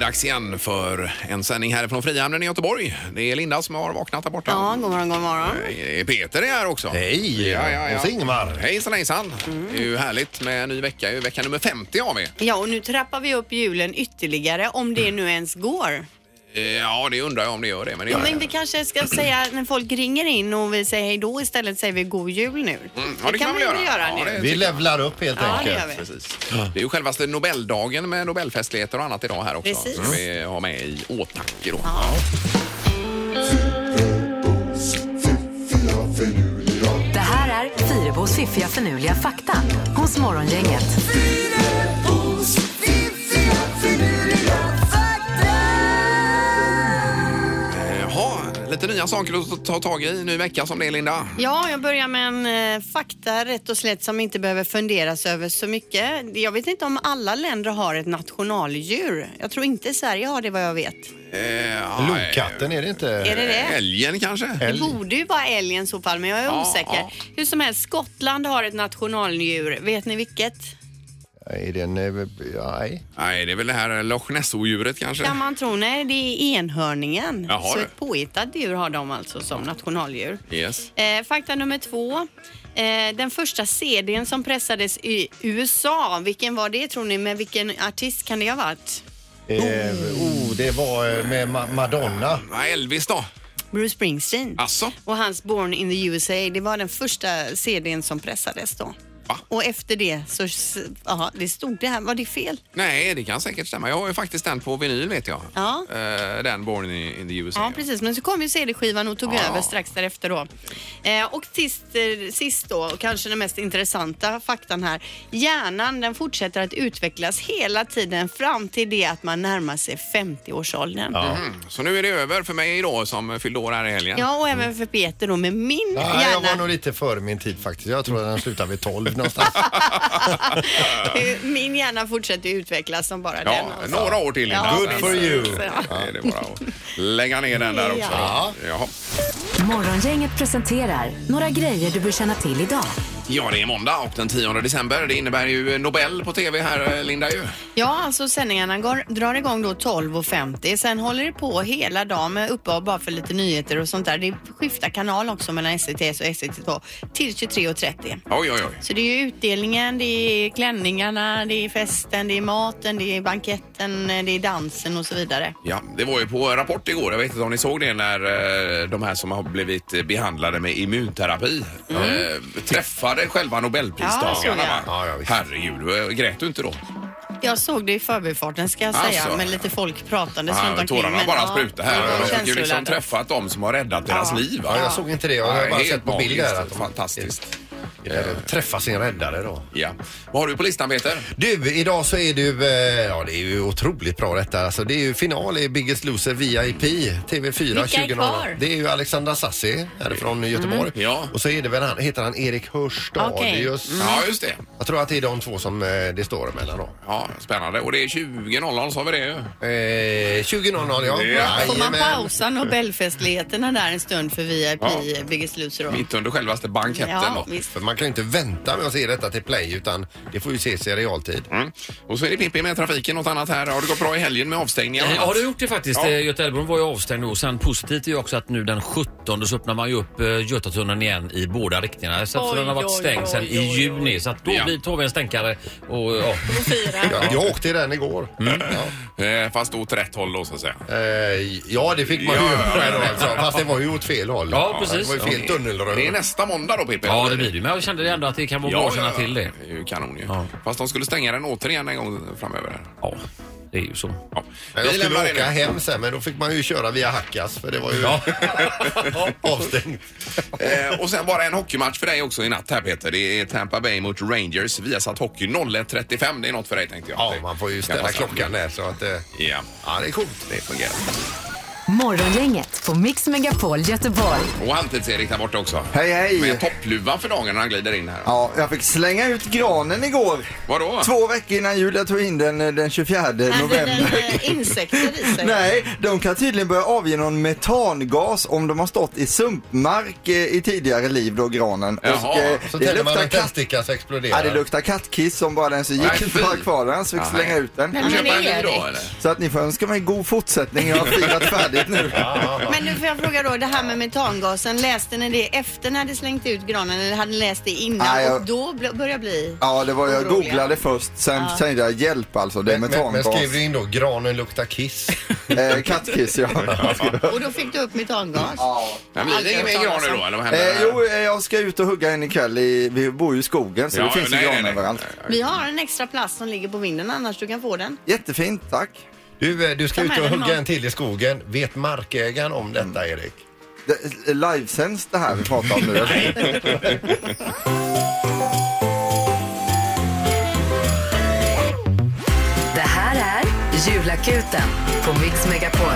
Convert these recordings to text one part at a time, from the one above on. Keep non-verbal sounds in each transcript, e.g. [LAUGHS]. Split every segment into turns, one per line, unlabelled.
dags igen för en sändning härifrån Frihamnen i Göteborg. Det är Linda som har vaknat där borta.
Ja, god morgon, god morgon.
Eh, Peter är här också.
Hej!
Ja, ja, ja.
Och så Ingmar.
Hejsan hejsan!
Mm.
Det är ju härligt med en ny vecka. Det är ju vecka nummer 50 av vi.
Ja, och nu trappar vi upp julen ytterligare om det nu ens går.
Eh, Ja, det undrar jag om det gör det. Men det
Ja,
gör
men
det.
vi kanske ska säga när folk ringer in och vi säger hej då istället säger vi god jul nu.
Mm, ja, det kan man
väl
väl göra. Ja,
nu.
det-
Vi levlar upp helt
Ja, det gör
enkelt.
vi.
Precis. Det är ju självaste Nobeldagen med Nobelfestligheter och annat idag här också.
Precis.
Som vi har med i åtanke då.
Det här är Fyrabos fiffiga förnuliga fakta hos Morgongänget.
Jaha, lite nya saker att ta tag i. Ny vecka som det är Linda.
Ja, jag börjar med en eh, fakta rätt och slätt som inte behöver funderas över så mycket. Jag vet inte om alla länder har ett nationaldjur. Jag tror inte Sverige har det vad jag vet.
Eh,
Lokatten är det inte?
Är det det?
Älgen kanske?
Det borde ju vara älgen i så fall, men jag är
Eh, Ja,
osäker.
ja.
Hur som helst, Skottland har ett nationaldjur. Vet ni vilket?
Är den... eh, ja, Nej.
Nej, det är väl det här Loch Ness-odjuret kanske.
Kan man tro? Nej, det är enhörningen.
Jaha,
så
du.
ett påhittat djur har de alltså som nationaldjur.
Yes.
Eh, fakta nummer två. Eh, den första CDn som pressades i USA, vilken var det tror ni? Med vilken artist kan det ha varit?
Eh, oh, det var eh, med Ma- Madonna.
Ja, Elvis då? Alltså?
Bruce Springsteen.
Asså?
Och hans Born in the USA, det var den första CDn som pressades då.
Va?
Och efter det så, s- ja, det stod det här, var det fel?
Nej, det kan säkert stämma. Jag har ju faktiskt den på vinyl vet jag.
Ja.
Eh, den Born in, in the USA.
Ja, precis. Men så kom ju CD-skivan och tog
Ja.
över strax därefter då. Eh, och sist, eh, sist då, och kanske den mest intressanta faktan här. Hjärnan den fortsätter att utvecklas hela tiden fram till det att man närmar sig 50-årsåldern. Ja.
Mm. Så nu är det över för mig idag som fyllde år här i helgen.
och även för Peter då med min
Nej, jag var
hjärna.
nog lite före min tid faktiskt. Jag tror att den slutar vid 12 någonstans.
eh, [LAUGHS] Min hjärna fortsätter ju utvecklas som bara
Ja,
den. alltså.
några år till Linda.
Good for you.
Så, ja.
Ja, Det är bara att lägga ner den där också.
Ja.
Jaha.
Morgongänget presenterar några grejer du bör känna till idag.
Ja, det är måndag och den 10 december. Det innebär ju Nobel på tv här, eh, Linda. Ju.
Ja, alltså sändningarna går, drar igång då 12.50. Sen håller det på hela dagen med uppehåll bara för lite nyheter och sånt där. Det skiftar kanal också mellan SVT och E SVT2 till 23.30.
Oj, oj, oj.
Så det är ju utdelningen, det är klänningarna, det är festen, det är maten, det är banketten, det är dansen och så vidare.
Ja, det var ju på Rapport igår. Jag vet inte om ni såg det när eh, de här som har blivit eh, behandlade med immunterapi eh, träffade själva
Ja, såg jag.
Nobelpristagarna. va?
Mm. Ja, ja, visst.
Herregud, eh, grät du inte då?
Jag såg det i förbifarten ska jag säga,
Alltså.
med lite folk pratande
Ja,
runt omkring.
tårarna
men
bara
ja,
sprutade
det var
här. De fick ju
känsloladdad.
liksom träffat de som har räddat deras liv. va?
Ja, jag såg inte det. Jag har
Nej,
bara
helt
sett på bild
magiskt.
här att de-
Fantastiskt.
Eh, Träffa sin räddare då.
Ja. Vad har du på listan, Peter?
Du, idag så är du, eh, ja det är ju otroligt bra detta. Alltså, det är ju final i Biggest Loser VIP, TV4
Vilka är
2000.
kvar? Mm.
Det är ju Alexandra Sassi härifrån Göteborg.
Ja.
Och så är det väl han, heter han Erik Hörstadius.
Mm.
Ja, just det.
Jag tror att det är de två som eh, det står emellan då.
Ja, spännande. Och det är 20.00 sa vi det ju.
Eh, 20.00 ja.
Ja.
Får man
Jajamän.
pausa Nobelfestligheterna där en stund för VIP,
Ja.
Biggest Loser? då?
Mitt under självaste banketten.
Ja,
då.
visst.
För man kan ju inte vänta med att se detta till play utan det får ju ses i realtid.
Mm. Och så är det Pippi med trafiken, något annat här. Har det gått bra i helgen med avstängningar? och
Ja,
annat?
Eh, har du gjort det faktiskt.
Ja.
Ja. Götaälvbron var ju avstängd och sen positivt är ju också att nu den 17 så öppnar man ju upp eh, Götatunneln igen i båda riktningarna. Så, att- så
Oj,
den har varit
oj,
stängd sen
oj,
i
oj, oj.
juni så att då
Ja.
blir tar vi en stänkare och ja.
Ja, jag åkte i den igår. Ja.
Eh, Fast åt rätt håll då, så att säga.
Eh, ja, det fick man
Ja,
ju
ja,
göra
ja.
då alltså. Fast det var ju åt fel håll.
Ja, precis.
Det var ju fel tunnelrör.
Det är nästa måndag då, Pippi?
ja, det blir det. Men jag kände ändå att det kan vara bra att känna till det.
Det är ju kanon ju.
Ja.
Fast de skulle stänga den återigen en gång framöver. här.
Ja, det är ju så.
Ja.
Men jag
Vi lämnar
skulle
det
åka
nu.
hem sen men då fick man ju köra via Hackas för det var ju avstängt.
Eh, och sen bara en hockeymatch för dig också i natt här Peter. Det är Tampa Bay mot Rangers. Vi har satt hockey 01.35. Det är något för dig tänkte jag.
Ja,
Det
man får ju
kan
ställa
passa.
klockan där så att eh,
Ja,
ja, det är coolt.
det fungerar.
Morgongänget på Mix Megapol Göteborg.
Och Halvtids-Erik där borta också.
Hej, hej.
Med toppluvan för dagen när han glider in här.
Ja, jag fick slänga ut granen igår.
Vadå?
Två veckor innan jul. Jag tog in den eh, den 24
Hade den
november.
eh, insekter i sig?
Nej, de kan tydligen börja avge någon metangas om de har stått i sumpmark eh, i tidigare liv då, granen.
Jaha,
eh,
Så
det
tänder man
luktar
en
katt...
tändsticka så exploderar
Ja, det luktar kattkiss som bara den som
Nej,
gick
fy.
var kvar den, så fick
Nej.
slänga ut den.
Får vi
men
köpa en ny
Erik.
då eller?
Så att ni får önska mig god fortsättning. Jag
[LAUGHS]
har firat färdigt nu.
Men nu får jag fråga då, det här med metangasen, läste ni det efter ni hade slängt ut granen eller hade ni läst det innan
Nej, jag-
och då bl- började bli?
Ja, det var jag
Oroliga.
googlade först, sen tänkte jag hjälp alltså, det är
Men, men, men
metangas.
skriv in då, granen luktar kiss.
Eh,
[LAUGHS]
kattkiss, ja.
Och då fick du upp metangas?
Men blir det ingen mer gran nu då eller vad händer?
Eh, jo, eh, jag ska ut och hugga en ikväll. I, vi bor ju i skogen så
Ja,
det finns
nej,
ju
nej,
gran
nej.
överallt.
Vi har en extra plast som ligger på vinden annars du kan få den.
Jättefint, tack.
Du, eh, du ska
Ta
ut
med
och
dig
hugga
någon.
en till i skogen. Vet markägaren om detta, Erik?
Det- eh, Livesänds det här vi pratar om nu?
Det här är Julakuten på Mix Megapol.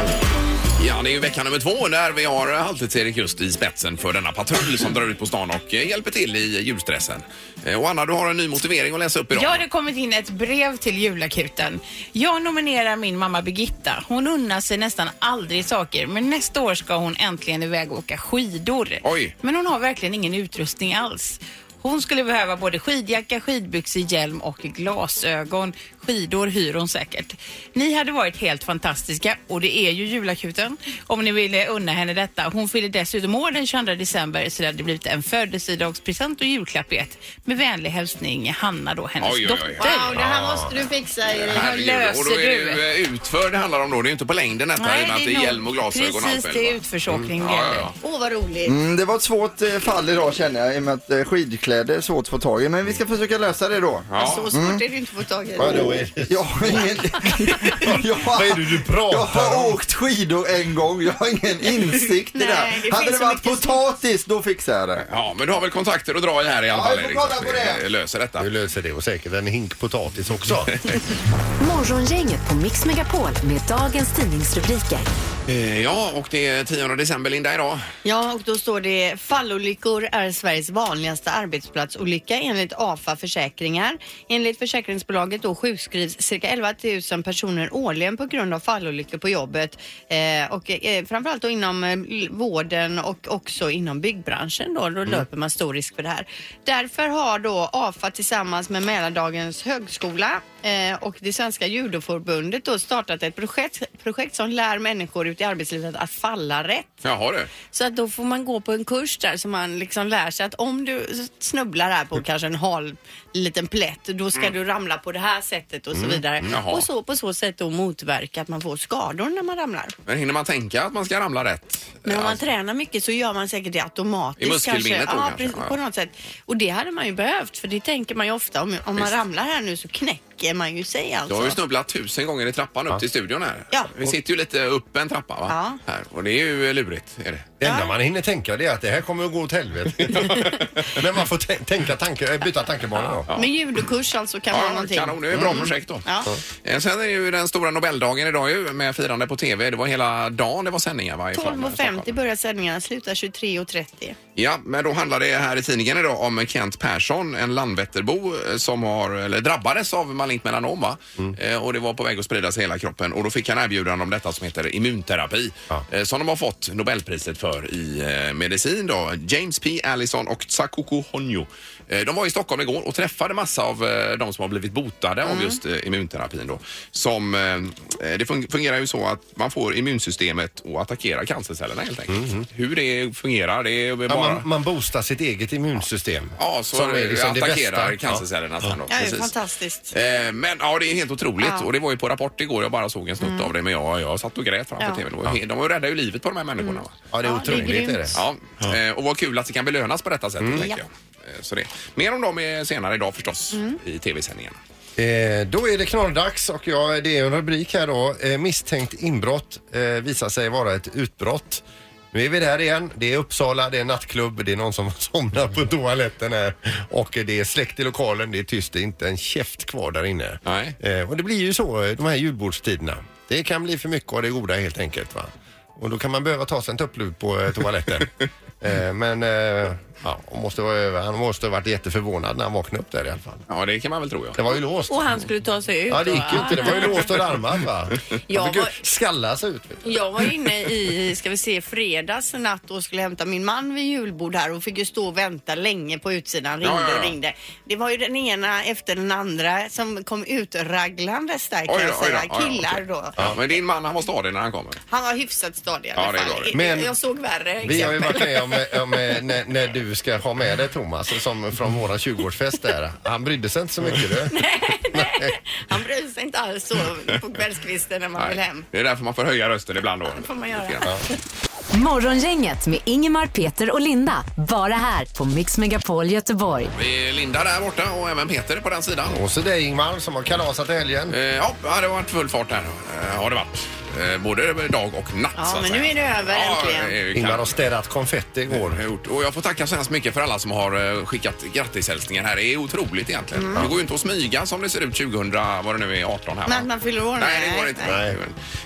Ja, det är ju vecka nummer två där vi har Halvtids-Erik just i spetsen för denna patrull som drar ut på stan och eh, hjälper till i julstressen. Eh, Och Anna, du har en ny motivering att läsa upp idag.
Jag har kommit in ett brev till julakuten. Jag nominerar min mamma Birgitta. Hon unnar sig nästan aldrig saker men nästa år ska hon äntligen iväg och åka skidor.
Oj.
Men hon har verkligen ingen utrustning alls. Hon skulle behöva både skidjacka, skidbyxor, hjälm och glasögon. Skidor hyr hon säkert. Ni hade varit helt fantastiska och det är ju julakuten om ni ville unna henne detta. Hon fyller dessutom år den 22 december så det hade blivit en födelsedagspresent och julklapp i ett. Med vänlig hälsning Hanna då, hennes
Oj, oj, oj.
dotter.
Wow, det här måste du fixa Erik.
Herregud, och då är
löser
det ju eh, utför det handlar om då. Det är ju inte på längden detta i och med att det är
nog-
hjälm och glasögon och
Precis,
allt
det är
väl, va?
utförsåkning det
Ja, ja,
gäller.
ja.
Åh vad roligt.
Mm, det var ett svårt eh, fall idag känner jag i och med att eh, skidkläder är svårt att få tag i. Men vi ska försöka lösa det då.
Ja.
Så svårt
Mm.
är det ju inte att få tag i.
Vadå, Erik?
Jag har
[LAUGHS]
ingen... jag,
Vad är det du pratar
jag har
om?
åkt skidor en gång. Jag har ingen insikt i det
Nej,
här.
det
Hade
finns
det
så
varit
mycket som-
potatis, då fixar jag det.
Ja, men du har väl kontakter att dra i här i alla
Ja,
fall,
vi får
Erik, så
kolla
att
på
vi,
det.
eh, löser detta.
Du löser det och säkert en hink potatis också.
Morgongänget på Mix Megapol med dagens tidningsrubriker.
Eh, Ja, och det är 10 december, Linda, idag.
Ja, och då står det fallolyckor är Sveriges vanligaste arbetsplatsolycka enligt AFA Försäkringar. Enligt försäkringsbolaget då sjukskrivs cirka 11 000 personer årligen på grund av fallolyckor på jobbet eh, och eh, framförallt då inom eh, l- vården och också inom byggbranschen då, då löper man stor risk för det här. Därför har då AFA tillsammans med Mälardagens högskola eh, och det svenska judoförbundet då startat ett projekt, projekt som lär människor ute i arbetslivet att falla rätt.
Jaha du.
Så att då får man gå på en kurs där så man liksom lär sig att om du snubblar här
Mm.
på kanske en hal liten plätt, då ska du ramla på det här sättet och så vidare.
Mm. jaha.
Och så på så sätt då motverka att man får skador när man ramlar.
Men hinner man tänka att man ska ramla rätt?
Men om man
Alltså,
tränar mycket så gör man säkert det automatiskt.
I muskelminnet
kanske.
då
ja,
kanske,
precis,
ja.
på något sätt. Och det hade man ju behövt för det tänker man ju ofta. Om, om man
Visst.
ramlar här nu så knäcker man ju sig
Du har
alltså.
ju snubblat tusen gånger i trappan upp till studion här.
Ja.
Vi sitter ju lite upp en trappa va?
Ja.
Här. Och det är ju lurigt. Är det.
Det enda man hinner tänka det är att det här kommer att gå
[LAUGHS]
åt helvete. Men man får tän- tänka tanke, äh, byta tankebana då.
Med judokurs alltså kan man
Ja,
någonting.
kanon. Det är ett bra projekt då.
Ja.
Eh, Sen är det ju den stora Nobeldagen idag ju med firande på TV. Det var hela dagen det var sändningar va? ifrån
12.50
Stockholm.
börjar sändningarna, slutar 23.30.
Ja, men då handlar det här i tidningen idag om Kent Persson, en Landvetterbo eh, som har, eller drabbades av malignt melanom va? Eh, och det var på väg att sprida sig i hela kroppen och då fick han erbjudande om detta som heter immunterapi
Ja.
eh, som de har fått Nobelpriset för i eh, medicin då. James P. Allison och Tsakuko Honyo. Eh, de var i Stockholm igår och träffade massa av eh, de som har blivit botade av just eh, immunterapin då. Som, eh, det fun- fungerar ju så att man får immunsystemet att attackera cancercellerna helt enkelt. Hur det fungerar, det är bara...
Ja, man, man boostar sitt eget immunsystem.
Ja, så
Som är liksom det
attackerar
bästa.
cancercellerna sen då.
Ja, det är
precis.
fantastiskt.
Eh, Men ja, det är helt otroligt
Ja. Mm.
och det var ju på Rapport igår. Jag bara såg en snutt av det men jag, jag satt och grät framför
Ja. Mm.
tvn. Det var ju- De räddade ju livet på de här människorna. Va?
Ja, det är
Ja, det är
otroligt. är det.
grymt.
Ja. eh, Och vad kul att det kan belönas på detta sättet
Mm.
tänker
Ja. Mm.
jag. Eh, Så det. Mer om dem eh, senare idag förstås i tv-sändningen.
Eh, då är det knorrdags och jag, det är en rubrik här då. Eh, misstänkt inbrott eh, visar sig vara ett utbrott. Nu är vi där igen. Det är Uppsala, det är nattklubb, det är någon som [LAUGHS] somnar på toaletten här och det är släkt i lokalen, det är tyst, det är inte en käft kvar där inne.
Nej.
Eh, och det blir ju så eh, de här julbordstiderna. Det kan bli för mycket av det goda helt enkelt va. Och då kan man behöva ta sig en tupplur på eh, toaletten. eh, men eh, ja, han, måste vara, över- han måste ha varit jätteförvånad när han vaknade upp där i alla fall.
Ja, det kan man väl tro,
Det
ja.
var ju låst.
Och han skulle ta sig ut.
Ja, det gick ju
och-
inte. Det var ju låst och larmat
[LAUGHS]
va.
Jag
Han fick ju
var-
skalla sig ut. vet du.
Jag var inne i, ska vi se, fredags natt och skulle hämta min man vid julbord här och fick ju stå och vänta länge på utsidan. Ringde
Ja, ja, ja.
och ringde. Det var ju den ena efter den andra som kom ut ragglandes där
Oj
kan
då,
jag
oj då.
säga.
Ja, ja,
Killar
okej.
då.
Ja, men din man, han var stadig när han kommer.
Han var hyfsat stadig i alla
Ja, det är
fall.
bra det.
Men-
jag såg värre
Vi har ju
exempel.
varit med om, om eh, när, när du ska ha med dig Thomas som från våran 20-årsfest där. Han brydde sig inte så mycket du.
Han bryr sig inte alls så på kvällskvisten när man vill hem.
Det är därför man får höja rösten ibland då.
får man göra.
Ja.
Morgongänget med Ingemar, Peter och Linda. Bara här på Mix Megapol Göteborg.
Vi är Linda där borta och även Peter på den sidan.
Och så dig Ingmar som har kalasat i helgen.
Eh, Ja, det har varit full fart här. Eh, Har det varit. Eh, Både dag och natt
Ja,
så att
men
säga.
nu är det över äntligen.
det är ju
Ingmar
kanon.
har städat konfetti igår.
har jag gjort. Och jag får tacka så hemskt mycket för alla som har eh, skickat grattishälsningar här. Det är otroligt egentligen.
Mm.
Det går ju inte att smyga som det ser ut 2000, vad det nu är, 18 här.
Men
va?
att man fyller år,
Nej, det
nej,
går inte.
nej.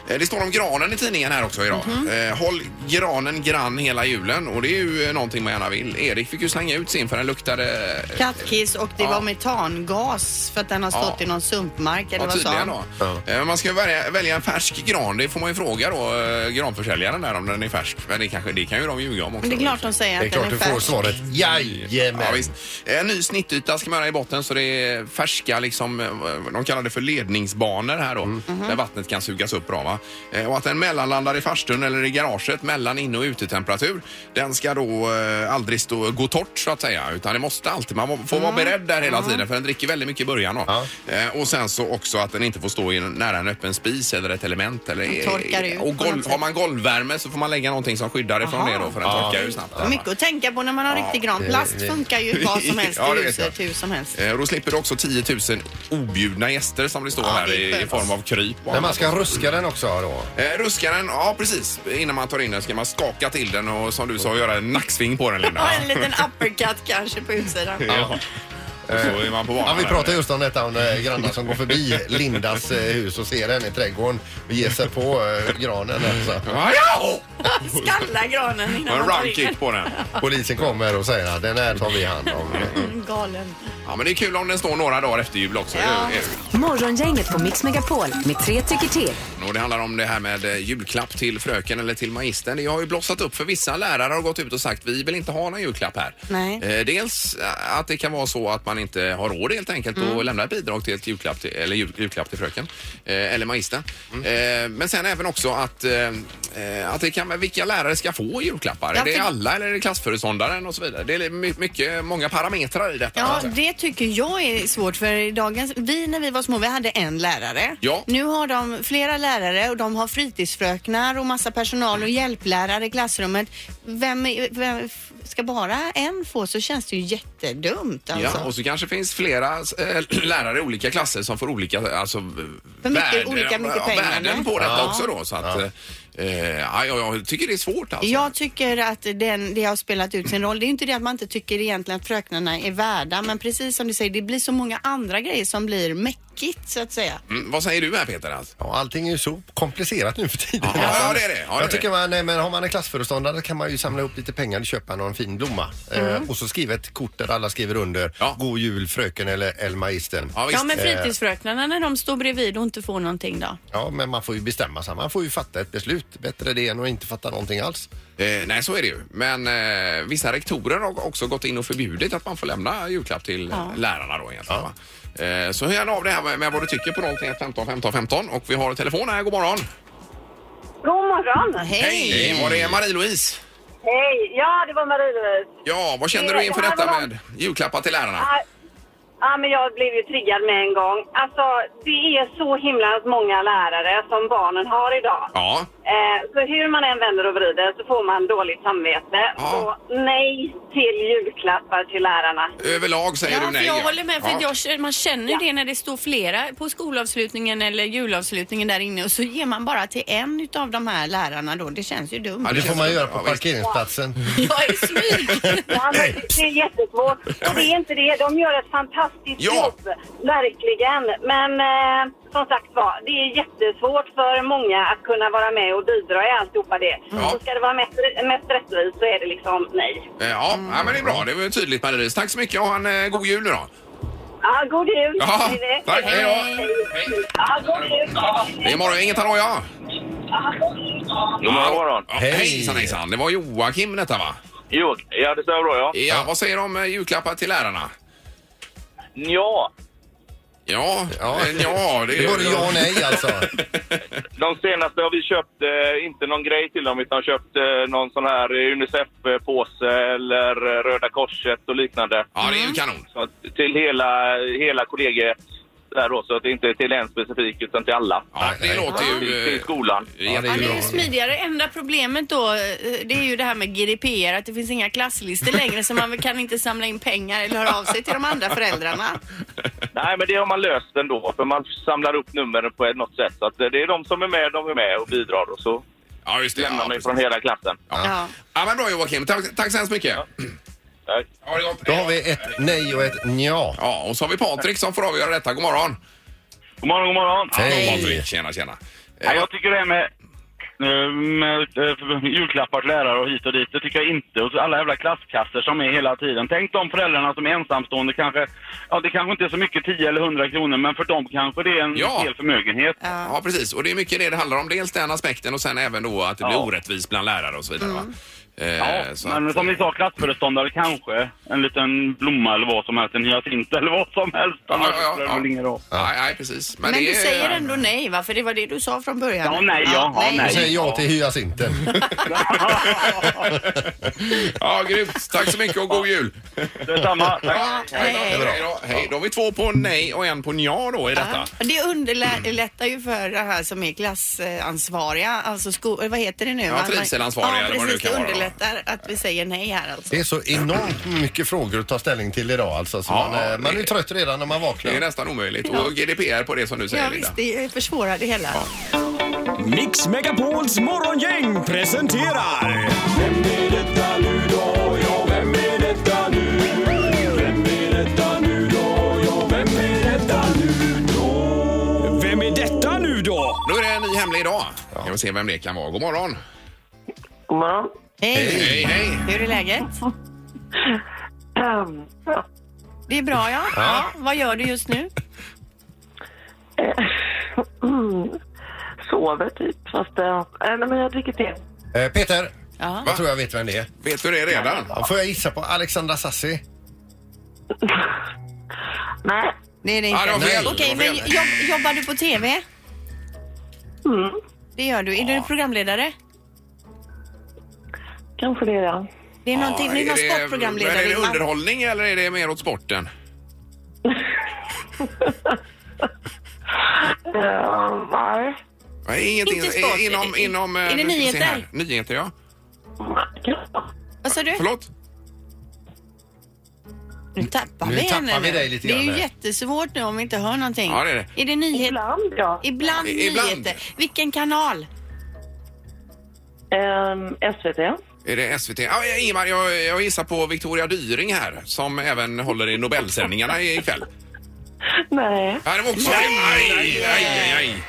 Eh, Det står om granen i tidningen här också idag.
Mhm.
Eh, Håll granen grann hela julen och det är ju eh, någonting man gärna vill. Erik fick ju slänga ut sin för den luktade... eh,
Kattkiss och det
Ja.
var metangas för att den har stått
Ja.
i någon sumpmark eller
Ja,
vad sa
tydligen
han?
då. Eh, Man ska ju välja, välja en färsk gran. Det får man ju fråga då eh, granförsäljaren där om den är färsk. Men det, kanske, det kan ju de ljuga om också.
Men det är klart de säger
Det är
att den
klart
är
du får
färsk.
svaret jajamän.
Ja, visst. En ny snittyta ska man göra i botten så det är färska, liksom, eh, de kallar det för ledningsbanor här då,
Mm.
där vattnet kan sugas upp bra. Va? Eh, Och att den mellanlandar i farstun eller i garaget mellan inne och utetemperatur, den ska då eh, aldrig stå, gå torrt så att säga, utan det måste alltid, man må- får vara
Mm.
beredd där hela tiden för den dricker väldigt mycket i början. Då.
Ja.
Eh, Och sen så också att den inte får stå i en- nära en öppen spis eller ett element. Eller,
torkar
och
ut på något
golv,
sätt.
har man golvvärme så får man lägga någonting som skyddar det från
Aha.
det då, för den
Ja.
torkar ju snabbt. där, va?
Mycket att tänka på när man har riktig gran. Plast
det-
funkar ju vad som helst
Ja, det
i
vet
huset,
jag.
hur som helst.
Eh, och Då slipper du också 10 000 objudna gäster som det står här
det är
i, i
skönt.
form av kryp. och
Men man
annat.
ska ruska den också då.
Eh, ruska den, ja precis. Innan man tar in den ska man skaka till den och som du sa göra en nacksving på den Linda.
Ja, en liten uppercut kanske på utsidan.
Ja. Eh, Och Så är man på banan.
Ja, vi
där.
pratade just om detta om eh, grannar som går förbi Lindas eh, hus och ser henne i trädgården och ger sig på eh, granen. Alltså.
Ah, ja!
Skalla granen innan
En
man tar in
runkick på den.
Polisen kommer och säger att den här tar vi hand om.
den. Galen.
Ja, men det är kul om den står några dagar efter jul också.
Ja.
Det är ju-
Morgongänget på Mix Megapol med tre tycker till.
Och det handlar om det här med eh, julklapp till fröken eller till magistern. Det har ju blossat upp för vissa lärare har gått ut och sagt vi vill inte ha någon julklapp här.
Nej.
Eh, Dels eh, att det kan vara så att man inte har råd helt enkelt
Mm.
att lämna ett bidrag till ett julklapp till, eller jul, julklapp till fröken eh, eller magistern.
Mm.
Eh, Men sen även också att, eh, eh, att det kan, vilka lärare ska få julklappar?
Ja,
är det
för-
alla eller är det klassföreståndaren och så vidare? Det är my- mycket, många parametrar i detta. så
Ja,
att säga.
det tycker jag är svårt för i dagens... Vi när vi var små, vi hade en lärare.
Ja.
Nu har de flera lärare och de har fritidsfröknar och massa personal och hjälplärare i klassrummet. Vem, är- vem ska bara en få så känns det ju jättedumt alltså.
Ja, och så kanske finns flera eh, [CLEARS THROAT] lärare i olika klasser som får olika alltså,
För mycket- olika mycket
ja,
pengar,
värden
nej?
på detta
Ja.
också. Då, så att, eh, ja, jag, jag tycker det är svårt alltså.
Jag tycker att den, det har spelat ut sin roll. Det är ju inte det att man inte tycker egentligen att fröknarna är värda, men precis som du säger, det blir så många andra grejer som blir mäckigt så att säga.
Mm, vad säger du här Peter? Alltså?
Ja, allting är ju så komplicerat nu för tiden.
Ja, ja, det är det. Ja, det är
jag tycker
det.
man, eh, men har man en klassföreståndare kan man ju samla upp lite pengar och köpa någon fin blomma. Eh, och så skriva ett kort där alla skriver under.
Ja.
God jul fröken eller Eh, El Magistern. Ja.
Ja, visst.
Ja, men fritidsfröknarna när de står bredvid och inte får någonting då?
men man får ju bestämma sig. Man får ju fatta ett beslut. Bättre det än att inte fatta någonting alls.
eh, nej, så är det ju. Men eh, vissa rektorer har också gått in och förbjudit att man får lämna julklapp till eh, lärarna. Då, egentligen, va? Eh, så hör gärna av det här med, med vad du tycker på 031 15 15 15. Och vi har telefon här. God morgon!
God morgon!
Hej!
Hej! Var det Marie-Louise?
Hej! Ja, det var Marie-Louise.
Ja, vad känner du
Det-
inför
det här
detta
var-
med julklappar till lärarna?
Ja, ja, Ah, men jag blev ju triggad med en gång. Alltså, det är så himla många lärare som barnen har idag.
Ja.
Eh, så hur man än vänder och vrider så får man dåligt samvete.
Ja.
Så nej till julklappar till lärarna.
Överlag säger
Ja,
du
för
nej.
jag
ja.
håller med. För
Ja.
att jag, känner- man känner ju det när det står flera på skolavslutningen eller julavslutningen där inne och så ger man bara till en utav de här lärarna då. Det känns ju dumt.
Ja,
Det får man göra
ja,
på
visst.
parkeringsplatsen.
Jag är smyg.
Ja, men det- det är jättesvårt. Och det är inte det. De gör ett fantastiskt
Ja.
jobb, verkligen. Men eh,
som sagt var, det är jättesvårt för många att kunna vara med och bidra i alltihopa det.
Ja.
Så ska det vara mest, mest rättvist så är det liksom nej.
Eh, Ja, ja, men det är bra. Det var ju tydligt, Marie-Louise. Tack så mycket och ha en eh, god jul nu då.
Ja, god jul!
Ja,
Hej, hej.
tack, hej då.
Ja, god jul!
Det är morgon, inget hallå ja.
God morgon, god morgon.
Ja,
Hej.
Hejsan hejsan. Det var Joakim detta va?
Jo, ja det stämmer bra ja.
Ja, vad säger du om eh, julklappar till lärarna?
Ja,
Ja,
Ja.
ja, ja det
Det är både ja och
[LAUGHS]
nej alltså.
de senaste har vi köpt, eh, inte någon grej till dem, utan köpt eh, någon sån här Unicef-påse eller eh, Röda Korset och liknande.
Ja, det är ju kanon.
Så att, till hela, hela kollegiet där då, så att det inte är till en specifik utan till alla.
Ja, det
Nej, nej.
låter
Till,
ju...
till
eh, [LAUGHS]
skolan.
Ja, det
Ja,
är
det
ju
är ju
bra.
smidigare. Enda problemet då, eh, det är ju det här med GDPR, att det finns inga klasslistor längre så man kan inte samla in pengar eller höra av sig till de andra föräldrarna.
Nej, men det har man löst ändå, för man samlar upp numren på något sätt. Så att eh, det är de som är med, de är med och bidrar och så
Ja, just det.
lämnar
Ja,
man ju
precis.
från hela klassen.
Ja.
ja, men bra Joakim. Tack, tack så hemskt mycket.
Tack.
Ha det gott.
Då har vi ett nej och ett ja.
Ja, och så har vi Patrik som får avgöra detta. God morgon.
God morgon, god morgon.
Hallå,
Hej.
Patrik. Tjena, tjena.
Ja,
Eh,
jag tycker det här med, eh, med eh, julklappar till lärare och hit och dit, det tycker jag inte. Och så alla jävla klasskasser som är hela tiden. Tänk de föräldrarna som är ensamstående kanske, ja det kanske inte är så mycket 10 eller 100 kronor, men för dem kanske det är en
Ja.
hel förmögenhet.
Ja, precis. Och det är mycket det det handlar om. Dels den aspekten och sen även då att det blir
Ja.
orättvist bland lärare och så vidare. Va? Eh,
Ja,
så
men
att- eh,
som ni sa, klassföreståndare kanske. En liten blomma eller vad som helst, en hyacint eller vad som helst.
Ja, ja,
Annars
ja,
spelar det
ja.
väl ingen roll.
Nej, nej, precis.
Men,
det
du
är-
säger ändå nej va? För det var det du sa från början.
Ja, nej, ja, ja,
Och
nej.
säger ja till hyacinten.
Ja, grymt. Tack så mycket och god jul.
Detsamma.
Ja,
Tack.
nej.
Hej då. Hej då. Hej. Då har vi två på nej och en på nja då i detta.
Ja, Det underlättar ju för det här som är klassansvariga, alltså sko- vad heter det nu?
Ja,
va? Man-
trivselansvariga
ja,
eller vad det
precis,
nu kan vara, va?
underlättar att vi säger nej här alltså.
Det är så enormt mycket frågor att ta ställning till idag alltså. Så
Ja,
man, eh, man är
det-
ju trött redan när man
Det är
vaknar.
nästan omöjligt. Och GDPR på det som du säger,
Ja
Linda.
visst, det försvårar det hela.
Mix Megapols morgongäng presenterar... Vem är detta nu då? Ja, vem är detta nu? Vem är detta nu då? Ja, vem är detta nu då? Vem är detta nu då?
Då är det en ny hemlig idag. Vi får se vem det kan vara. God morgon.
God morgon.
Hej,
Hej, hej.
hur är läget? Det är bra ja. ja. Vad gör du just nu?
Sover typ, fast nej, men jag dricker te.
Eh, Peter,
Ja.
jag tror jag vet vem det är.
Vet du det redan?
Ja, Får jag gissa på Alexandra Sassi?
Nej.
Det är det
Ja,
inte.
Ah, det var fel.
Okej,
Det var
men
fel.
jobb, jobbar du på TV?
Mm.
Det gör du. Är du programledare?
Kanske det, ja.
Det är någonting, det är någon
det-
sportprogramledare.
men Är det
Ingmar.
underhållning eller är det mer åt sporten?
eh, nej.
Nej, ingenting.
Inte sport.
I- Inom, inom, eh,
Är det
nu ska vi se
nyheter?
här. Nyheter, ja.
Vad sa du?
Förlåt?
Nu tappar
Nu
vi
tappar
henne
vi dig lite
Det är
grann
ju
här.
jättesvårt nu om vi inte hör någonting.
Ja, det är det.
Är det nyhet?
Ibland, ja.
Ibland,
I- ibland.
nyheter. Vilken kanal?
Ehm, SVT.
Är det SVT? Ja, ja, Ingmar, jag, jag gissar på Victoria Dyring här som även håller i Nobelsändningarna i- ikväll.
Nej.
Ja, det var också... Nej, nej, nej, nej.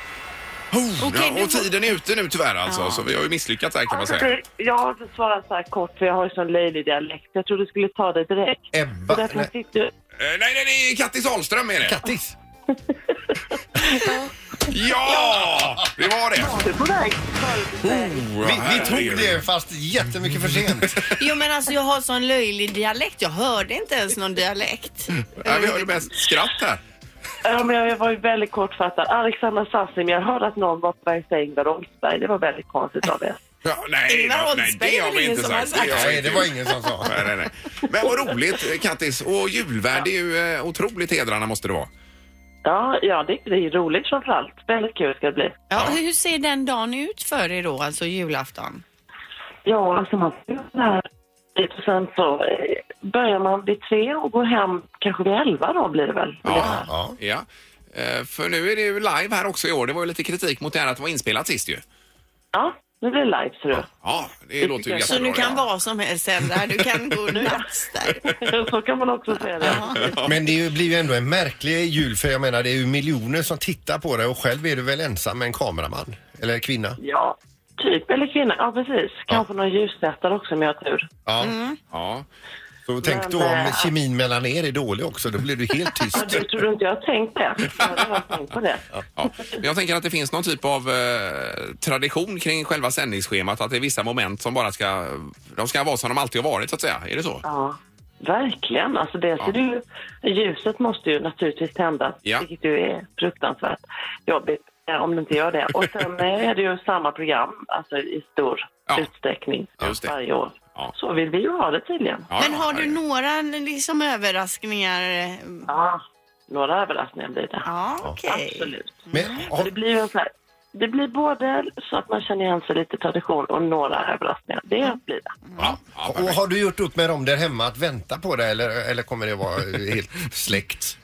Oh,
Okej,
ja,
nu
och
får-
tiden är ute nu tyvärr alltså, så vi har ju misslyckats här kan man säga.
Jag har inte svarat så här kort för jag har ju sån löjlig dialekt. Jag trodde du skulle ta det direkt.
Ebba?
Och därför
nej,
fick du...
Eh, nej, nej, det är Kattis Ahlström är det.
Kattis?
ja! Det var det.
Du är på väg.
Vi, vi tog det fast jättemycket för sent.
Jo men alltså jag har sån löjlig dialekt. Jag hörde inte ens någon dialekt.
[LAUGHS] Ja, vi hörde mest skratt här.
Ja, men jag var ju väldigt kortfattad. Alexandra Sassi, men jag hörde att någon var på väg till Ingvar Oldsberg. Det var väldigt konstigt av er.
Ja, nej,
Ingvar
nej,
Oldsberg
det
är
har
väl
vi
ingen
inte
som har
sagt. har vi
Nej,
inte
det var
gjort.
ingen som
[LAUGHS]
sa.
Nej, nej, nej. Men vad roligt Kattis och julvärd, det är ju eh, otroligt hedrande måste det vara.
Ja, ja det, det är roligt framförallt. Väldigt kul ska det bli.
Ja, och hur ser den dagen ut för er då, alltså julafton?
Ja, alltså man får göra det här lite och sen så eh, börjar man vid tre och går hem kanske vid elva då blir det väl.
Ja.
Ja.
Ja. Eh, För nu är det ju live här också i år. Det var ju lite kritik mot det här att det var inspelat sist ju.
Ja, Nu blir det live, ser du.
Ja, det
Det
låter ju
tycker jag.
ganska
Så du
bra.
kan vara som helst Sandra. Du kan gå natt
[LAUGHS]
där.
Så kan man också säga det.
Men det är ju- blir ju ändå en märklig jul för jag menar det är ju miljoner som tittar på det och själv är du väl ensam med en kameraman? Eller kvinna?
Ja, typ. Eller kvinna. Ja, precis. Kanske några ljussättare också om jag har tur.
Ja.
Mm.
ja.
Så tänk då
Men,
om
eh,
kemin mellan er är dålig också, då blir du
[LAUGHS]
helt
Ja,
tyst.
du tror du inte Alltså, jag har tänkt det? Jag har tänkt på det.
Ja. Men jag tänker att det finns någon typ av eh, tradition kring själva sändningsschemat, att det är vissa moment som bara ska, de ska vara som de alltid har varit så att säga. Är det så?
Ja, verkligen. Alltså det ser du, ljuset måste ju naturligtvis tändas,
Ja.
vilket ju är fruktansvärt jobbigt eh, om det inte gör det. Och sen eh, är det ju samma program, alltså i stor utsträckning varje år. Så vill vi ju ha det tydligen.
Men har du några liksom överraskningar?
Ja, några överraskningar blir det.
Ja, okej.
Absolut. Men, det blir ju en sån här, det blir både så att man känner igen sig lite i tradition och några överraskningar. Det blir det. [LAUGHS]
och har du gjort upp med dem där hemma att vänta på det eller, eller kommer det vara helt släckt?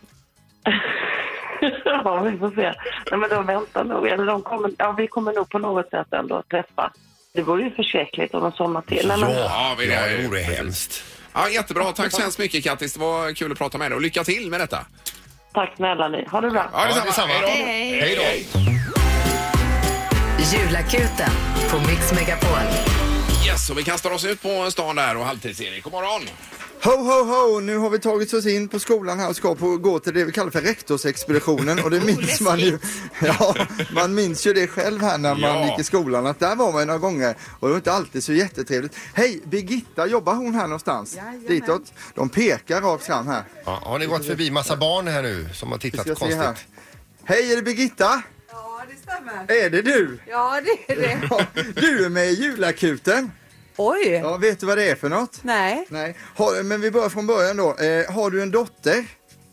ja, vi får se. Nej, men de väntar nog. Eller de kommer, ja, vi kommer nog på något sätt ändå träffa. Det vore ju förskräckligt om de somnar till. Nej, men-
men det vore hemskt. Ja, jättebra. Tack så hemskt mycket Kattis. Det var kul att prata med dig och lycka till med detta.
Tack snälla ni. Ha det bra.
Ja, detsamma. Hej då.
Hej.
Hej då.
Julakuten på Mix Megapol.
Yes, och vi kastar oss ut på stan där och halvtids-Erik. God morgon!
Ho, ho, ho! Nu har vi tagit oss in på skolan här och ska på, gå till det vi kallar för
[LAUGHS]
rektorsexpeditionen och det minns man ju. [LAUGHS] Ja, man minns ju det själv här när man
Ja.
gick i skolan att där var man ju några gånger och det var inte alltid så jättetrevligt. Hej, Birgitta, jobbar hon här någonstans?
Jajamän.
Ditåt. De pekar rakt fram här.
Ja, har ni gått förbi massa barn här nu som har
Vi
tittat
ska se här.
konstigt?
Hej, är det Birgitta?
Ja, det stämmer.
Är det du?
Ja, det är det.
Ja, du är med i julakuten.
Oj!
Ja, vet du vad det är för något?
Nej.
Nej. Har, men vi börjar från början då. Eh, har du en dotter?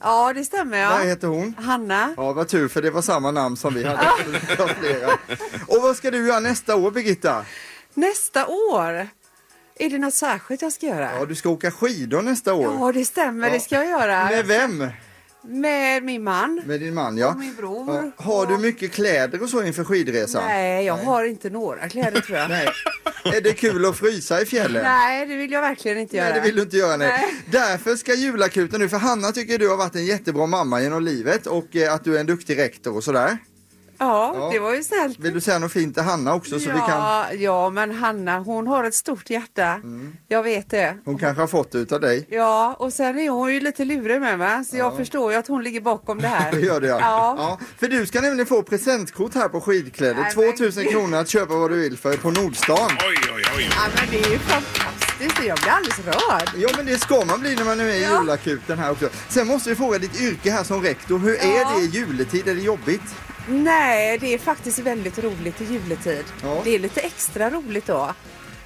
Ja, det stämmer. Ja.
Vad heter hon?
Hanna.
Ja, vad tur för det var samma namn som vi hade. [LAUGHS] Det var flera. Och vad ska du göra nästa år Birgitta?
Nästa år, är det något särskilt jag ska göra?
Ja, du ska åka skidor nästa år.
Ja, det stämmer.
Ja.
Det ska jag göra.
Med vem?
Med min man.
Med din man ja.
Och min bror.
Ja. Har du mycket kläder och så inför skidresan?
Nej, jag har inte några kläder tror
[LAUGHS]
jag.
Nej. Är det kul att frysa i fjällen?
Nej, det vill jag verkligen inte göra.
Nej, det vill du inte göra. Nej.
Nej.
Därför ska julakuten nu, för Hanna tycker du har varit en jättebra mamma genom livet och eh, att du är en duktig rektor och sådär.
Ja,
Ja.
det var ju snällt.
Vill du säga något fint till Hanna också så vi kan, Mm.
Ja, ja, men Hanna, hon har ett stort hjärta. Jag vet det.
hon kanske har fått det utav dig?
Ja, och sen är hon ju lite lurig med mig, så jag förstår ju att hon ligger bakom det här.
Det gör det [LAUGHS] ja.
Ja.
För du ska nämligen få presentkort här på skidkläder.
Nej,
2000
men-
kronor att köpa vad du vill för på Nordstan.
Oj, oj, oj.
Ja, men det är ju fantastiskt. Jag blir alldeles rörd.
Ja men det ska man bli när man nu är i
Ja.
julakuten här också. Sen måste vi fråga ditt yrke här som rektor. Hur
Ja.
är det i juletid? Är det jobbigt?
Nej, det är faktiskt väldigt roligt i juletid. Det är lite extra roligt då.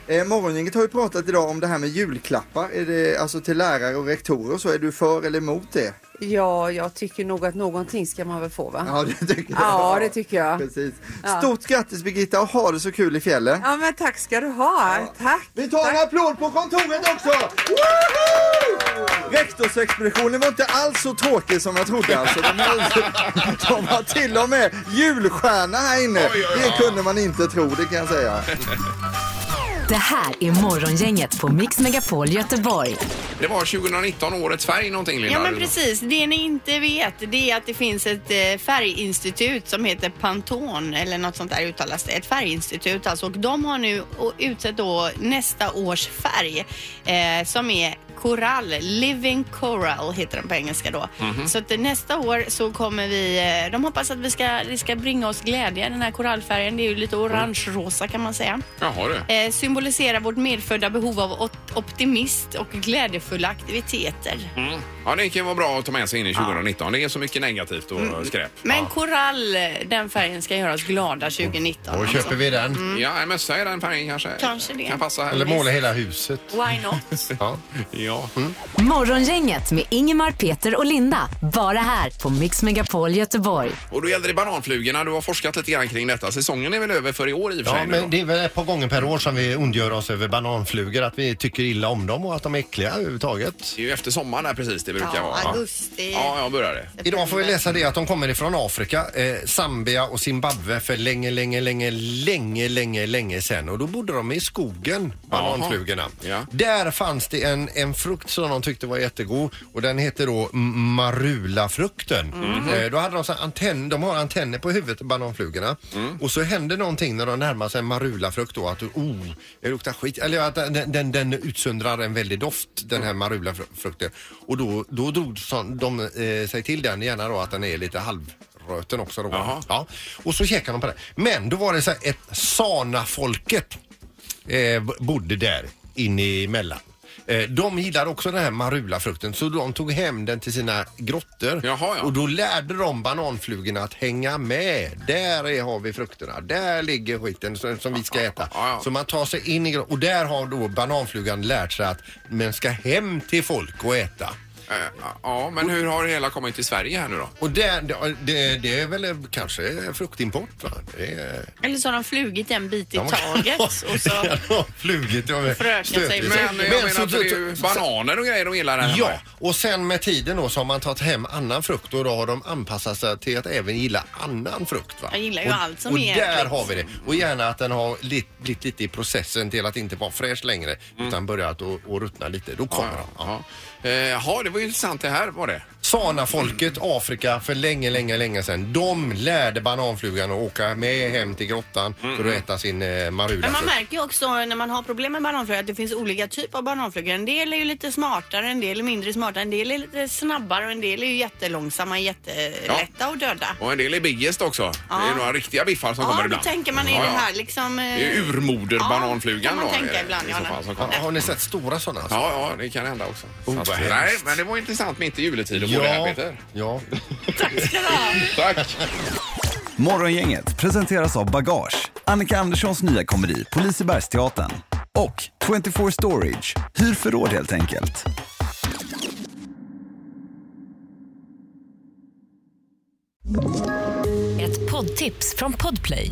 Eh, Morgongänget har ju pratat idag om det här med julklappar. Är det, alltså till lärare och rektorer och så. Är du för eller emot det?
Ja, jag tycker nog att någonting ska man väl få va?
Ja, det tycker jag.
Ja, det tycker jag.
Precis.
Ja.
Stort grattis Birgitta och ha det så kul i fjällen.
Ja, men tack ska du ha. Tack.
Vi tar en applåd på kontoret också! Woho! Rektorsexpeditionen var inte alls så tråkig som jag trodde alltså. De har, de har till och med julstjärna här inne. Det kunde man inte tro, det kan jag säga.
Det här är Morgongänget på Mix Megapol Göteborg.
Det var 2019, årets färg någonting Linda.
Ja men precis, det ni inte vet det är att det finns ett eh, färginstitut som heter Pantone eller något sånt där uttalas det. Ett färginstitut alltså och de har nu o- utsett då nästa års färg eh, som är korall, living coral heter den på engelska då.
Mhm.
Så att eh, nästa år så kommer vi, eh, de hoppas att vi ska, det ska bringa oss glädje den här korallfärgen. Det är ju lite orange-rosa kan man säga.
Jaha du.
Eh, symbolisera vårt medfödda behov av ot- optimist och glädjefulla aktiviteter.
Mm. Ja, det kan vara bra att ta med sig in i 2019. Det är så mycket negativt och
Mm.
skräp.
Men korall, den färgen ska göra oss glada 2019.
Då
alltså.
köper vi
den.
Ja, en mössa i den färgen kanske.
Kanske det.
Kan passa här.
Eller måla hela huset.
Why not?
Ja.
ja.
Morgongänget med Ingemar, Peter och Linda. Bara här på Mix Megapol Göteborg.
Och då gäller det bananflugorna. Du har forskat lite grann kring detta. Säsongen är väl över för i år i och för
Ja,
sig? nu då?
men det är väl ett par gånger per år som vi ondgör oss över bananflugor, att vi tycker illa om dem och att de är äckliga överhuvudtaget.
Det är ju efter sommaren här precis det
Alltså.
brukar
Ja,
vara.
augusti.
Ja, jag börjar det.
Idag får vi läsa det att de kommer ifrån Afrika, eh, Zambia och Zimbabwe för länge, länge, länge, länge, länge, länge sedan. Och då bodde de i skogen, bananflugorna.
Ja.
Där fanns det en, en frukt som de tyckte var jättegod och den heter då m- marulafrukten.
Mhm.
Eh, då hade de så här antenn, de har antenner på huvudet, bananflugorna. Och så händer någonting när de närmar sig en marulafrukt då att oh, det luktar skit. Eller att den, den, den utsöndrar en väldig doft, den här marulafrukten. Och då, då drog så- de eh, sig till den gärna då att den är lite halvröten också då. Ja. Och så käkade de på det. Men då var det så här, ett Sana-folket eh, b- bodde där inne emellan. Eh, de gillade också den här marulafrukten så de tog hem den till sina grottor och då lärde de bananflugorna att hänga med. Där är, har vi frukterna, där ligger skiten som, som vi ska äta. Så man tar sig in i grottor och där har då bananflugan lärt sig att man ska hem till folk och äta.
Eh, Ja, men hur har det hela kommit till Sverige här nu då?
Och det, det, det är väl eh, kanske fruktimport va? Det är...
Eller så har de flugit en bit i
Ja, men-
[LAUGHS]
taget. Och
[LAUGHS]
så...
Flugit och
Frökat sig
stökigt.
med
Men jag menar att det är ju bananer och grejer de gillar här
Ja,
hemma.
och sen med tiden då så har man tagit hem annan frukt och då har de anpassat sig till att även gilla annan frukt. Va?
Jag gillar ju
och,
allt som
Och
är
där
ätligt.
har vi det. Och gärna att den har lit, blivit lite i processen till att inte vara fräsch längre
Mm.
utan börjat att att ruttna lite. Då kommer de. Ja.
Jaha, Eh, det var ju intressant det här var det.
Sanafolket, Afrika, för länge, länge, länge sedan. De lärde bananflugan att åka med hem till grottan för att äta sin eh, marula.
Mm. Men man märker ju också när man har problem med bananflugor att det finns olika typer av bananflugor. En del är ju lite smartare, en del är mindre smarta, en del är lite snabbare och en del är ju jättelångsamma, jättelätta att döda.
Och en del är biggest också. Det är
Ja.
några riktiga biffar som kommer
Ja, då
ibland.
tänker man, är
Ja,
det
ja.
här liksom... eh,
Det är urmoder
kan
bananflugan
man
då,
tänka
är det,
ibland,
i
ja,
så
nej.
fall, som
Ja,
kommer.
har ni sett stora sådana?
Ja, ja, det kan hända också.
Oh,
Så att-
vad hemskt.
nej, men det var intressant mitt i juletid att få
Ja.
det här, Peter.
Ja.
Tack.
Morgongänget presenteras av Bagage, Annika Anderssons nya komedi på Lisebergsteatern och 24 Storage, hyr förråd helt enkelt.
Ett poddtips från Podplay.